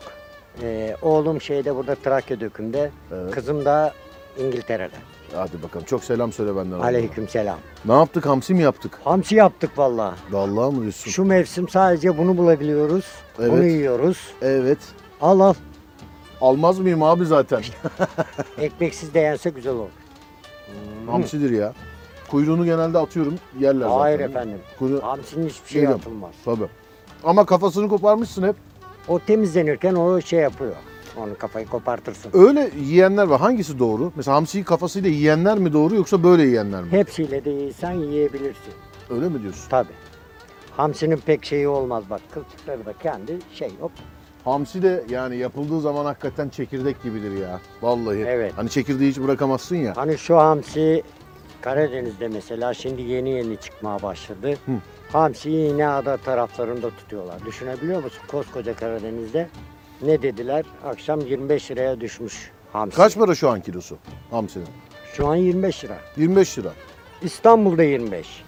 H: E, oğlum şeyde burada Trakya dökümde.
A: Evet.
H: Kızım da İngiltere'de.
A: Hadi bakalım. Çok selam söyle benden. onlara.
H: Aleykümselam.
A: Ne yaptık? Hamsi mi yaptık?
H: Hamsi yaptık valla.
A: Vallahi mı diyorsun?
H: Şu mevsim sadece bunu bulabiliyoruz. Bunu
A: Evet.
H: yiyoruz.
A: Evet.
H: Al al.
A: Almaz mıyım abi zaten?
H: Ekmeksiz de yense güzel olur.
A: Hamsidir ya. Kuyruğunu genelde atıyorum. Yerler zaten.
H: Hayır efendim.
A: Kuyruğu...
H: Hamsinin hiçbir şey
A: Şeyden-
H: atılmaz.
A: Tabii. Ama kafasını koparmışsın hep.
H: O temizlenirken o şey yapıyor. Onun kafayı kopartırsın.
A: Öyle yiyenler var. Hangisi doğru? Mesela hamsiyi kafasıyla yiyenler mi doğru yoksa böyle yiyenler mi?
H: Hepsiyle de yiysen yiyebilirsin.
A: Öyle mi diyorsun?
H: Tabi. Hamsinin pek şeyi olmaz bak. Kılçıkları da kendi şey yok.
A: Hamsi de yani yapıldığı zaman hakikaten çekirdek gibidir ya. Vallahi.
H: Evet.
A: Hani çekirdeği hiç bırakamazsın ya.
H: Hani şu hamsi Karadeniz'de mesela şimdi yeni yeni çıkmaya başladı. Hamsiyi İneada taraflarında tutuyorlar. Düşünebiliyor musun? Koskoca Karadeniz'de ne dediler? Akşam 25 liraya düşmüş hamsi.
A: Kaç para şu an kilosu hamsinin?
H: Şu an 25 lira.
A: 25 lira.
H: İstanbul'da 25.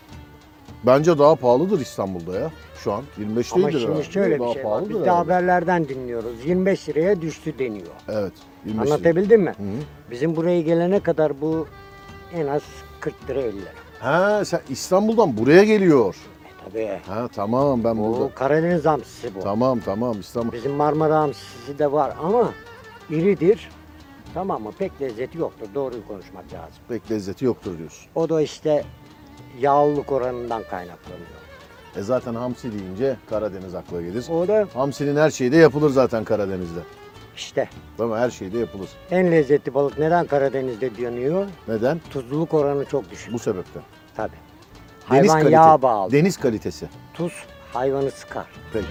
A: Bence daha pahalıdır İstanbul'da ya. Şu an 25
H: Ama
A: değildir
H: şimdi
A: herhalde.
H: şöyle bir
A: daha
H: şey var.
A: pahalıdır
H: Biz de
A: herhalde.
H: haberlerden dinliyoruz. 25 liraya düştü deniyor.
A: Evet. 25 lira.
H: Anlatabildim mi?
A: Hı.
H: Bizim buraya gelene kadar bu en az 40 lira 50 lira.
A: Ha sen İstanbul'dan buraya geliyor.
H: E, tabii.
A: Ha tamam ben
H: Bu
A: burada.
H: Karadeniz hamsisi bu.
A: Tamam tamam İstanbul.
H: Bizim Marmara hamsisi de var ama iridir. Tamam mı? Pek lezzeti yoktur. Doğruyu konuşmak lazım.
A: Pek lezzeti yoktur diyorsun.
H: O da işte yağlılık oranından kaynaklanıyor.
A: E zaten hamsi deyince Karadeniz akla gelir.
H: O da
A: Hamsinin her şeyi de yapılır zaten Karadeniz'de.
H: işte
A: Değil mi? Her şeyi de yapılır.
H: en lezzetli balık neden Karadeniz'de dönüyor?
A: Neden?
H: Tuzluluk oranı çok düşük.
A: Bu sebepten.
H: Tabii.
A: Deniz
H: Hayvan
A: kalite-
H: yağa bağlı.
A: Deniz kalitesi.
H: Tuz hayvanı sıkar.
A: Peki.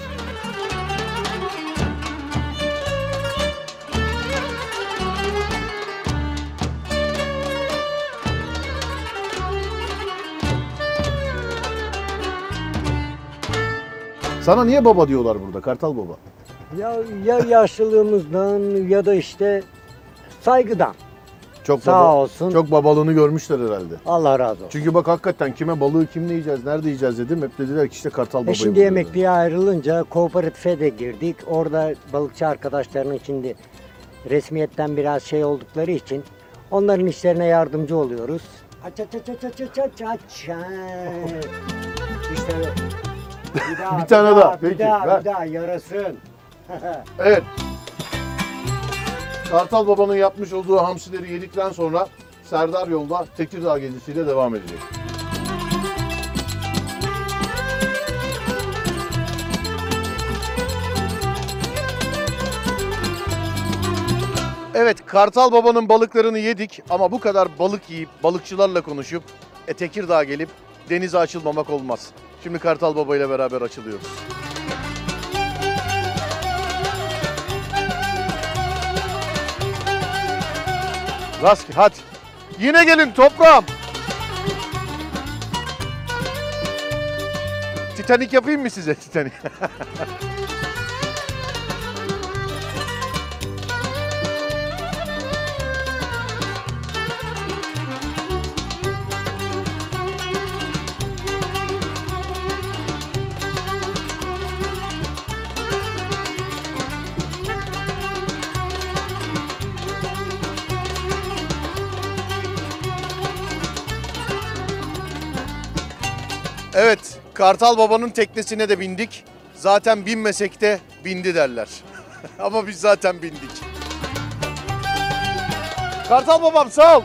A: Sana niye baba diyorlar burada? Kartal baba.
H: Ya, ya yaşlılığımızdan ya da işte saygıdan.
A: Çok
H: Sağ
A: baba,
H: olsun.
A: Çok babalığını görmüşler herhalde.
H: Allah razı olsun.
A: Çünkü bak hakikaten kime balığı kimle yiyeceğiz, nerede yiyeceğiz dedim. Hep dediler ki işte Kartal
H: E
A: babayı
H: şimdi
A: buluyor dedi.
H: emekliye ayrılınca kooperatife de girdik. Orada balıkçı arkadaşlarının şimdi resmiyetten biraz şey oldukları için onların işlerine yardımcı oluyoruz. Aç aç aç aç aç aç aç aç. Ha. İşte bir, daha,
A: Bir tane daha,
H: Bir
A: peki,
H: daha,
A: ver.
H: bir daha yarasın.
A: Evet. Kartal Baba'nın yapmış olduğu hamsileri yedikten sonra Serdar Yolda Tekirdağ gezisiyle devam edecek. Evet Kartal Baba'nın balıklarını yedik ama bu kadar balık yiyip balıkçılarla konuşup e, Tekirdağ'a gelip denize açılmamak olmaz. Şimdi Kartal Baba ile beraber açılıyoruz. Rast hadi. Yine gelin toprağım. Titanik yapayım mı size Titanik? Evet, Kartal Baba'nın teknesine de bindik. Zaten binmesek de bindi derler. Ama biz zaten bindik. Kartal Babam sağ ol.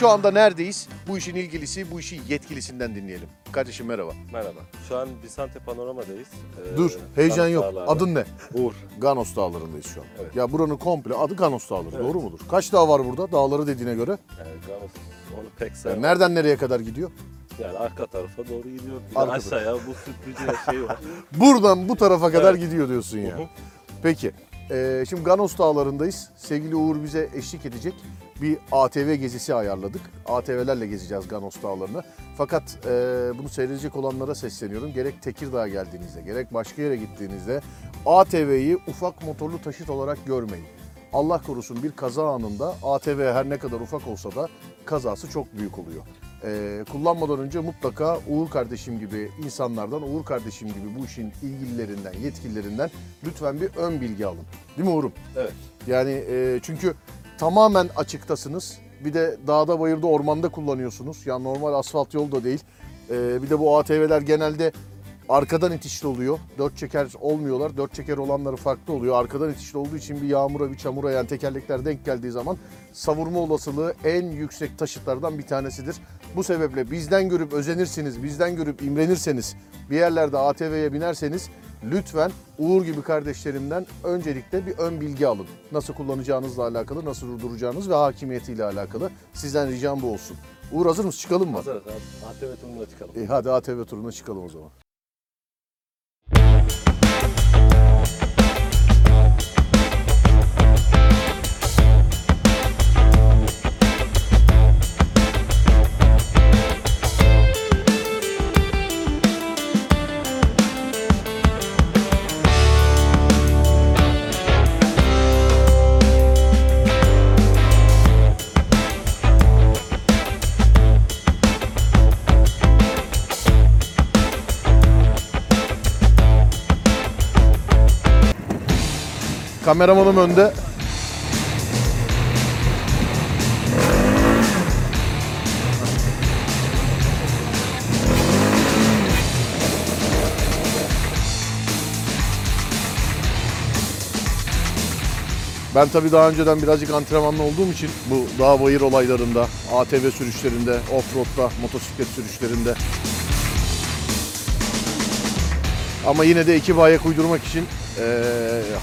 A: Şu anda neredeyiz? Bu işin ilgilisi, bu işin yetkilisinden dinleyelim. Kardeşim merhaba.
I: Merhaba. Şu an Bisante Panorama'dayız. Ee,
A: Dur, heyecan
I: Ganos
A: yok.
I: Dağları'nda.
A: Adın ne?
I: Uğur.
A: Ganos Dağları'ndayız şu an.
I: Evet.
A: Ya buranın komple adı Ganos Dağları, doğru mudur? Kaç dağ var burada? Dağları dediğine göre.
I: Yani Ganos onu pek
A: Yani
I: sevmem.
A: nereden nereye kadar gidiyor?
I: Yani arka tarafa doğru gidiyor. Bir de
A: Arka
I: aşağıya bu sürpriz şey var.
A: Buradan bu tarafa kadar
I: Evet.
A: gidiyor diyorsun yani.
I: Hı hı.
A: Peki. eee, şimdi Ganos Dağları'ndayız. Sevgili Uğur bize eşlik edecek. Bir ATV gezisi ayarladık. ATV'lerle gezeceğiz Ganos Dağları'nı. Fakat eee, bunu seyredecek olanlara sesleniyorum. Gerek Tekirdağ'a geldiğinizde, gerek başka yere gittiğinizde ATV'yi ufak motorlu taşıt olarak görmeyin. Allah korusun bir kaza anında ATV her ne kadar ufak olsa da kazası çok büyük oluyor. Ee, kullanmadan önce mutlaka Uğur kardeşim gibi insanlardan, Uğur kardeşim gibi bu işin ilgililerinden, yetkililerinden lütfen bir ön bilgi alın. Değil mi Uğur'um?
I: Evet.
A: Yani e, çünkü tamamen açıktasınız. Bir de dağda, bayırda, ormanda kullanıyorsunuz. Yani normal asfalt yol da değil. Ee, bir de bu ATV'ler genelde arkadan itişli oluyor. Dört çeker olmuyorlar. Dört çeker olanları farklı oluyor. Arkadan itişli olduğu için bir yağmura, bir çamura yani tekerlekler denk geldiği zaman savurma olasılığı en yüksek taşıtlardan bir tanesidir. Bu sebeple bizden görüp özenirsiniz, bizden görüp imrenirseniz, bir yerlerde ATV'ye binerseniz lütfen Uğur gibi kardeşlerimden öncelikle bir ön bilgi alın. Nasıl kullanacağınızla alakalı, nasıl durduracağınız ve hakimiyetiyle alakalı. Sizden ricam bu olsun. Uğur hazır mısın? Çıkalım mı?
I: Hazırız abi. ATV turuna çıkalım.
A: E, hadi ATV turuna çıkalım o zaman. Kameramanım önde. Ben tabii daha önceden birazcık antrenmanlı olduğum için bu dağ bayır olaylarında, ATV sürüşlerinde, offroad'da, motosiklet sürüşlerinde Ama yine de iki ayak uydurmak için eee,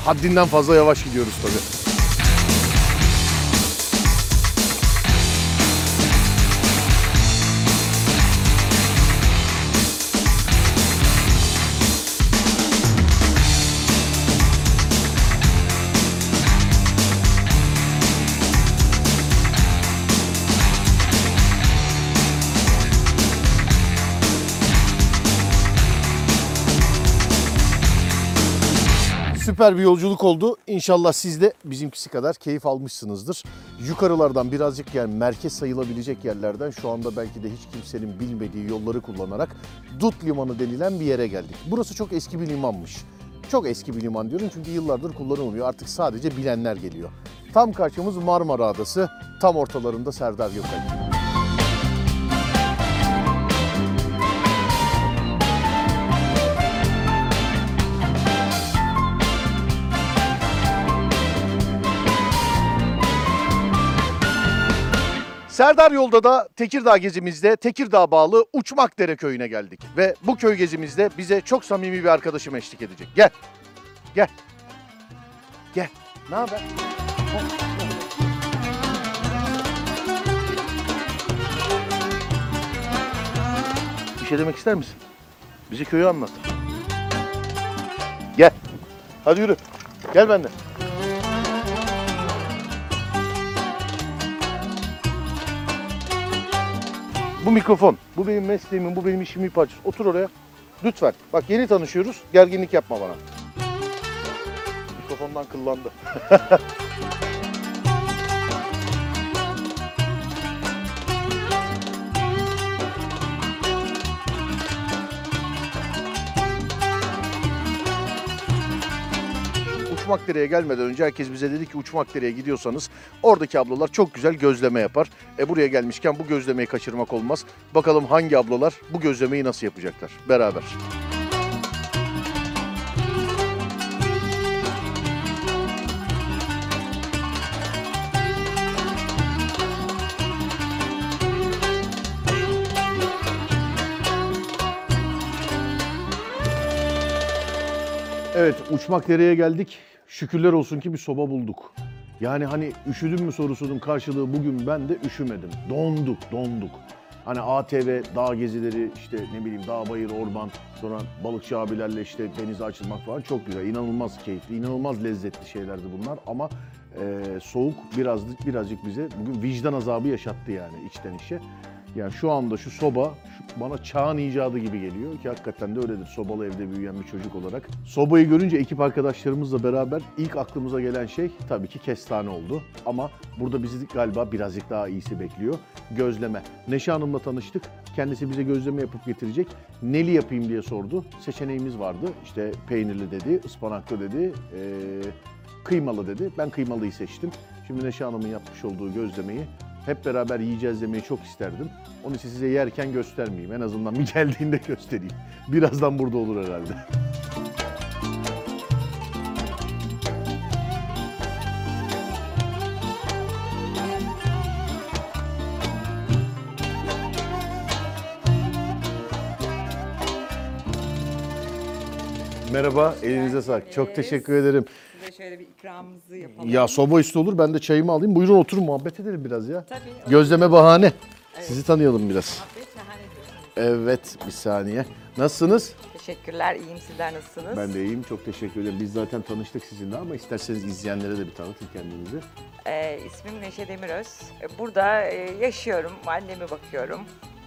A: haddinden fazla yavaş gidiyoruz tabii. Süper bir yolculuk oldu. İnşallah siz de bizimkisi kadar keyif almışsınızdır. Yukarılardan birazcık yani merkez sayılabilecek yerlerden şu anda belki de hiç kimsenin bilmediği yolları kullanarak Dut Limanı denilen bir yere geldik. Burası çok eski bir limanmış. Çok eski bir liman diyorum çünkü yıllardır kullanılmıyor. Artık sadece bilenler geliyor. Tam karşımız Marmara Adası, tam ortalarında Serdar Gökay. Serdar Yolda da Tekirdağ gezimizde Tekirdağ bağlı Uçmakdere köyüne geldik. Ve bu köy gezimizde bize çok samimi bir arkadaşım eşlik edecek. Gel. Gel. Gel. Ne haber? Bir şey demek ister misin? Bizi köyü anlat. Gel. Hadi yürü. Gel benimle. Bu mikrofon. Bu benim mesleğimin, bu benim işimin bir parçası. Otur oraya. Lütfen. Bak yeni tanışıyoruz. Gerginlik yapma bana. Mikrofondan kıllandı. Uçmakdere'ye gelmeden önce herkes bize dedi ki Uçmakdere'ye gidiyorsanız oradaki ablalar çok güzel gözleme yapar. E buraya gelmişken bu gözlemeyi kaçırmak olmaz. Bakalım hangi ablalar bu gözlemeyi nasıl yapacaklar beraber. Evet Uçmakdere'ye geldik. Şükürler olsun ki bir soba bulduk. Yani hani üşüdün mü sorusunun karşılığı bugün ben de üşümedim. Donduk, donduk. Hani ATV, dağ gezileri, işte ne bileyim dağ bayır, orman, sonra balıkçı abilerle işte denize açılmak falan çok güzel. İnanılmaz keyifli, inanılmaz lezzetli şeylerdi bunlar ama e, soğuk birazcık birazcık bize bugün vicdan azabı yaşattı yani içten içe. Yani şu anda şu soba şu- bana çağın icadı gibi geliyor ki hakikaten de öyledir sobalı evde büyüyen bir çocuk olarak. Sobayı görünce ekip arkadaşlarımızla beraber ilk aklımıza gelen şey tabii ki kestane oldu. Ama burada bizi galiba birazcık daha iyisi bekliyor. Gözleme. Neşe Hanım'la tanıştık. Kendisi bize gözleme yapıp getirecek. Neli yapayım diye sordu. Seçeneğimiz vardı. İşte peynirli dedi, ıspanaklı dedi, eee, kıymalı dedi. Ben kıymalıyı seçtim. Şimdi Neşe Hanım'ın yapmış olduğu gözlemeyi hep beraber yiyeceğiz demeyi çok isterdim. Onu için size yerken göstermeyeyim. En azından bir geldiğinde göstereyim. Birazdan burada olur herhalde. Merhaba, elinize sağlık. Çok teşekkür ederim.
H: Size şöyle bir ikramımızı yapalım.
A: Ya soba üstü olur, ben de çayımı alayım. Buyurun oturun, muhabbet edelim biraz ya.
H: Tabii. o-
A: Gözleme bahane. Sizi tanıyalım biraz.
H: Afiyet şahane.
A: Evet, bir saniye. Nasılsınız?
H: Teşekkürler. iyiyim Sizler nasılsınız?
A: Ben de iyiyim, çok teşekkür ederim. Biz zaten tanıştık sizinle ama isterseniz izleyenlere de bir tanıtın kendinizi.
H: Ee, ismim Neşe Demiröz. Ee, Burada e, yaşıyorum. Anneme bakıyorum.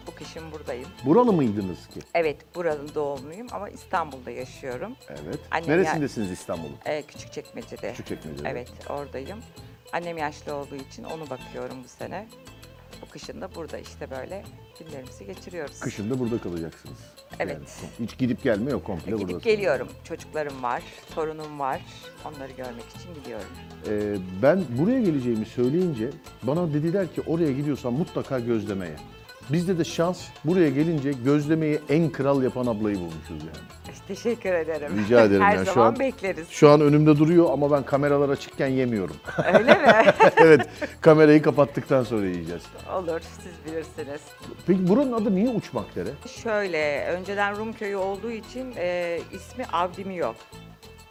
H: Bu kışın buradayım.
A: Buralı mıydınız ki?
H: Evet, buranın doğumluyum ama İstanbul'da yaşıyorum.
A: Evet.
H: Annem ya-
A: Neresindesiniz İstanbul'un?
H: Ee, Küçükçekmece'de.
A: Küçükçekmece'de.
H: Evet, oradayım. Annem yaşlı olduğu için onu bakıyorum bu sene. Bu kışın da burada işte böyle günlerimizi geçiriyoruz.
A: Kışın da burada kalacaksınız.
H: Evet.
A: Yani hiç gidip gelme yok komple
H: Gidip
A: buradasınız.
H: geliyorum. Çocuklarım var, torunum var. Onları görmek için gidiyorum.
A: Ee, ben buraya geleceğimi söyleyince bana dediler ki oraya gidiyorsan mutlaka gözlemeye. Bizde de şans buraya gelince gözlemeyi en kral yapan ablayı bulmuşuz yani.
H: Teşekkür ederim.
A: Rica ederim
H: Her
A: ya, şu
H: zaman
A: an-
H: bekleriz.
A: Şu an önümde duruyor ama ben kameralar açıkken yemiyorum.
H: Öyle mi?
A: evet kamerayı kapattıktan sonra yiyeceğiz.
H: Olur, siz bilirsiniz.
A: Peki buranın adı niye Uçmakdere?
H: Şöyle, önceden Rum köyü olduğu için e, ismi Avdimio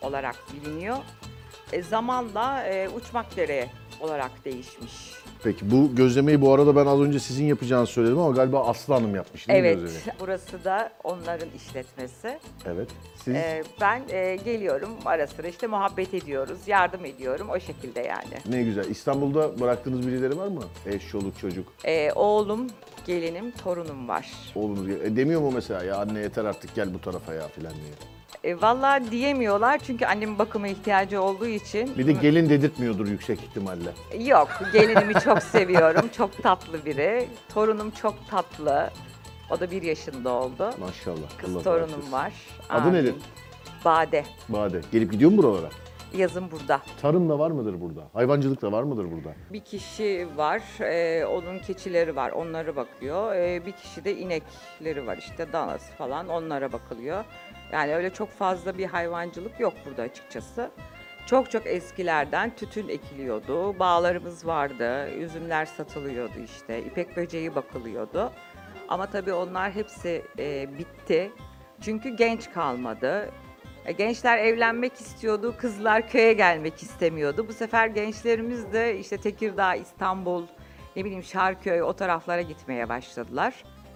H: olarak biliniyor. E, zamanla e, Uçmakdere olarak değişmiş.
A: Peki bu gözlemeyi bu arada ben az önce sizin yapacağınızı söyledim ama galiba Aslı Hanım yapmış değil mi
H: evet,
A: gözlemeyi?
H: burası da onların işletmesi.
A: Evet. Siz
H: E, ben e, geliyorum ara sıra işte muhabbet ediyoruz, yardım ediyorum o şekilde yani.
A: ne güzel. İstanbul'da bıraktığınız birileri var mı? Eş, çoluk, çocuk.
H: E, oğlum, gelinim, torunum var.
A: Oğlunuz e, demiyor mu mesela ya anne yeter artık gel bu tarafa ya filan diye.
H: E, Valla diyemiyorlar çünkü annemin bakıma ihtiyacı olduğu için.
A: Bir de gelin dedirtmiyordur yüksek ihtimalle.
H: Yok, gelinimi çok seviyorum. Çok tatlı biri. Torunum çok tatlı. O da bir yaşında oldu.
A: Maşallah.
H: Kız
A: Allah
H: torunum
A: bağışlasın.
H: var.
A: Adı
H: Amin.
A: nedir?
H: Bade.
A: Bade. Gelip gidiyor mu buralara?
H: Yazın burada.
A: Tarım da var mıdır burada? Hayvancılık da var mıdır burada?
H: Bir kişi var, e, onun keçileri var, onlara bakıyor. E, bir kişi de inekleri var işte, danası falan, onlara bakılıyor. Yani öyle çok fazla bir hayvancılık yok burada açıkçası. Çok çok eskilerden tütün ekiliyordu, bağlarımız vardı, üzümler satılıyordu işte, ipek böceği bakılıyordu. Ama tabii onlar hepsi e, bitti. Çünkü genç kalmadı. E, Gençler evlenmek istiyordu, kızlar köye gelmek istemiyordu. Bu sefer gençlerimiz de işte Tekirdağ, İstanbul, ne bileyim Şarköy o taraflara gitmeye başladılar.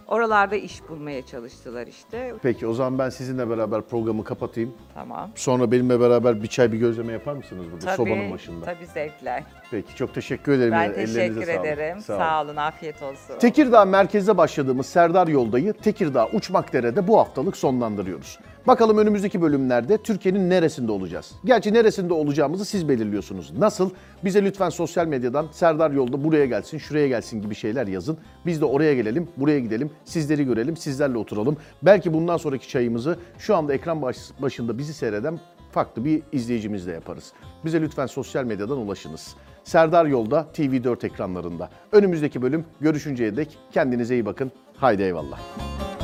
H: Oralarda iş bulmaya çalıştılar işte.
A: Peki o zaman ben sizinle beraber programı kapatayım.
H: Tamam.
A: Sonra benimle beraber bir çay bir gözleme yapar mısınız burada
H: Tabii,
A: sobanın başında?
H: Tabii zevkler.
A: Peki çok teşekkür ederim.
H: Ben
A: yani, ellerinize
H: teşekkür
A: sağlık.
H: ederim.
A: Sağ
H: Sağ,
A: olun.
H: olun, afiyet olsun.
A: Tekirdağ merkezde başladığımız Serdar Yolda'yı Tekirdağ Uçmakdere'de bu haftalık sonlandırıyoruz. Bakalım önümüzdeki bölümlerde Türkiye'nin neresinde olacağız? Gerçi neresinde olacağımızı siz belirliyorsunuz. Nasıl? Bize lütfen sosyal medyadan Serdar Yolda buraya gelsin, şuraya gelsin gibi şeyler yazın. Biz de oraya gelelim, buraya gidelim, sizleri görelim, sizlerle oturalım. Belki bundan sonraki çayımızı şu anda ekran baş- başında bizi seyreden farklı bir izleyicimizle yaparız. Bize lütfen sosyal medyadan ulaşınız. Serdar Yolda TV4 ekranlarında. Önümüzdeki bölüm görüşünceye dek kendinize iyi bakın. Haydi eyvallah.